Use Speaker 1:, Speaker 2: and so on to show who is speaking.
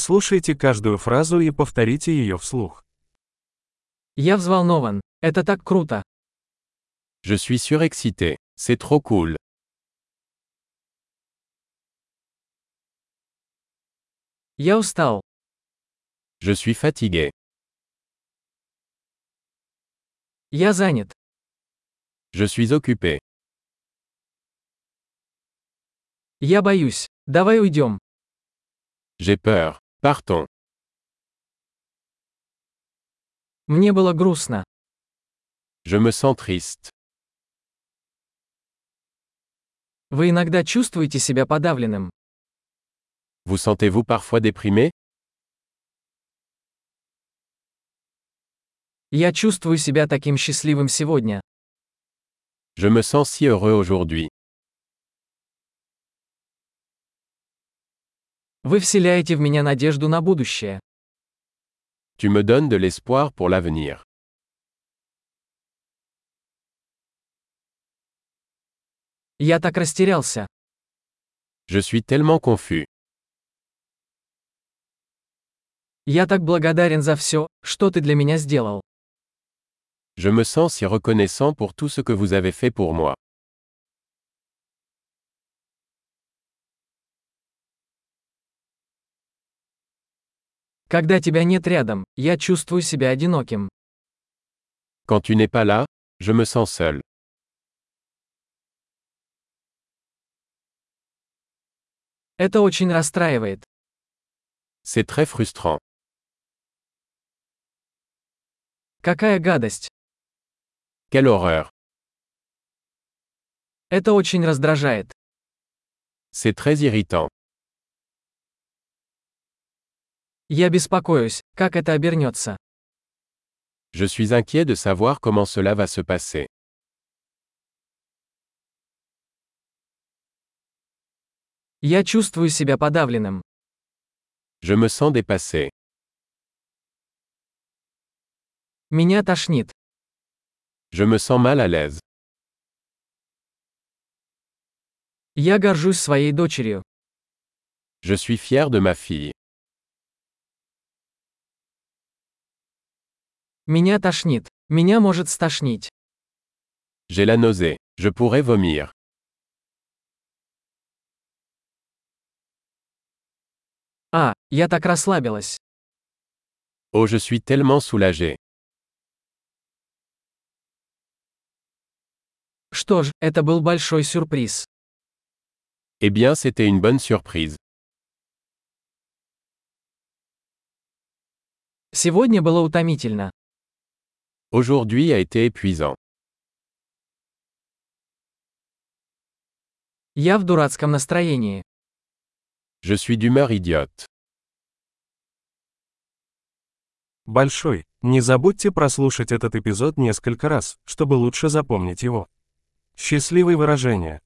Speaker 1: Прослушайте каждую фразу и повторите ее вслух.
Speaker 2: Я взволнован. Это так круто.
Speaker 3: Je suis surexcité. C'est trop cool.
Speaker 2: Я устал.
Speaker 3: Je suis fatigué.
Speaker 2: Я занят.
Speaker 3: Je suis occupé.
Speaker 2: Я боюсь. Давай уйдем.
Speaker 3: J'ai peur. Partons.
Speaker 2: Мне было грустно.
Speaker 3: Je me sens triste.
Speaker 2: Вы иногда чувствуете себя подавленным.
Speaker 3: Vous sentez-vous parfois déprimé
Speaker 2: Я чувствую себя таким счастливым сегодня.
Speaker 3: Je me sens si heureux aujourd'hui.
Speaker 2: Вы вселяете в меня надежду на будущее.
Speaker 3: Tu me donnes de l'espoir pour l'avenir.
Speaker 2: Я так растерялся.
Speaker 3: Je suis tellement confus.
Speaker 2: Я так благодарен за все, что ты для меня сделал.
Speaker 3: Je me sens si reconnaissant pour tout ce que vous avez fait pour moi.
Speaker 2: Когда тебя нет рядом, я чувствую себя одиноким.
Speaker 3: Quand tu n'es pas là, je me sens seul.
Speaker 2: Это очень расстраивает.
Speaker 3: C'est très frustrant.
Speaker 2: Какая гадость.
Speaker 3: Quelle horreur.
Speaker 2: Это очень раздражает.
Speaker 3: C'est très irritant.
Speaker 2: Я беспокоюсь, как это обернется.
Speaker 3: Je suis inquiet de savoir comment cela va se passer.
Speaker 2: Я чувствую себя подавленным.
Speaker 3: Je me sens dépassé.
Speaker 2: Меня тошнит.
Speaker 3: Je me sens mal à l'aise.
Speaker 2: Я горжусь своей дочерью.
Speaker 3: Je suis fier de ma fille.
Speaker 2: Меня тошнит. Меня может стошнить.
Speaker 3: J'ai la nausée. Je pourrais vomir.
Speaker 2: А, я так расслабилась.
Speaker 3: Oh, je suis tellement soulagé.
Speaker 2: Что ж, это был большой сюрприз.
Speaker 3: Eh bien, c'était une bonne surprise.
Speaker 2: Сегодня было утомительно.
Speaker 3: Aujourd'hui a été épuisant.
Speaker 2: Я в дурацком настроении.
Speaker 3: Je suis d'humeur idiote.
Speaker 1: Большой. Не забудьте прослушать этот эпизод несколько раз, чтобы лучше запомнить его. Счастливые выражения.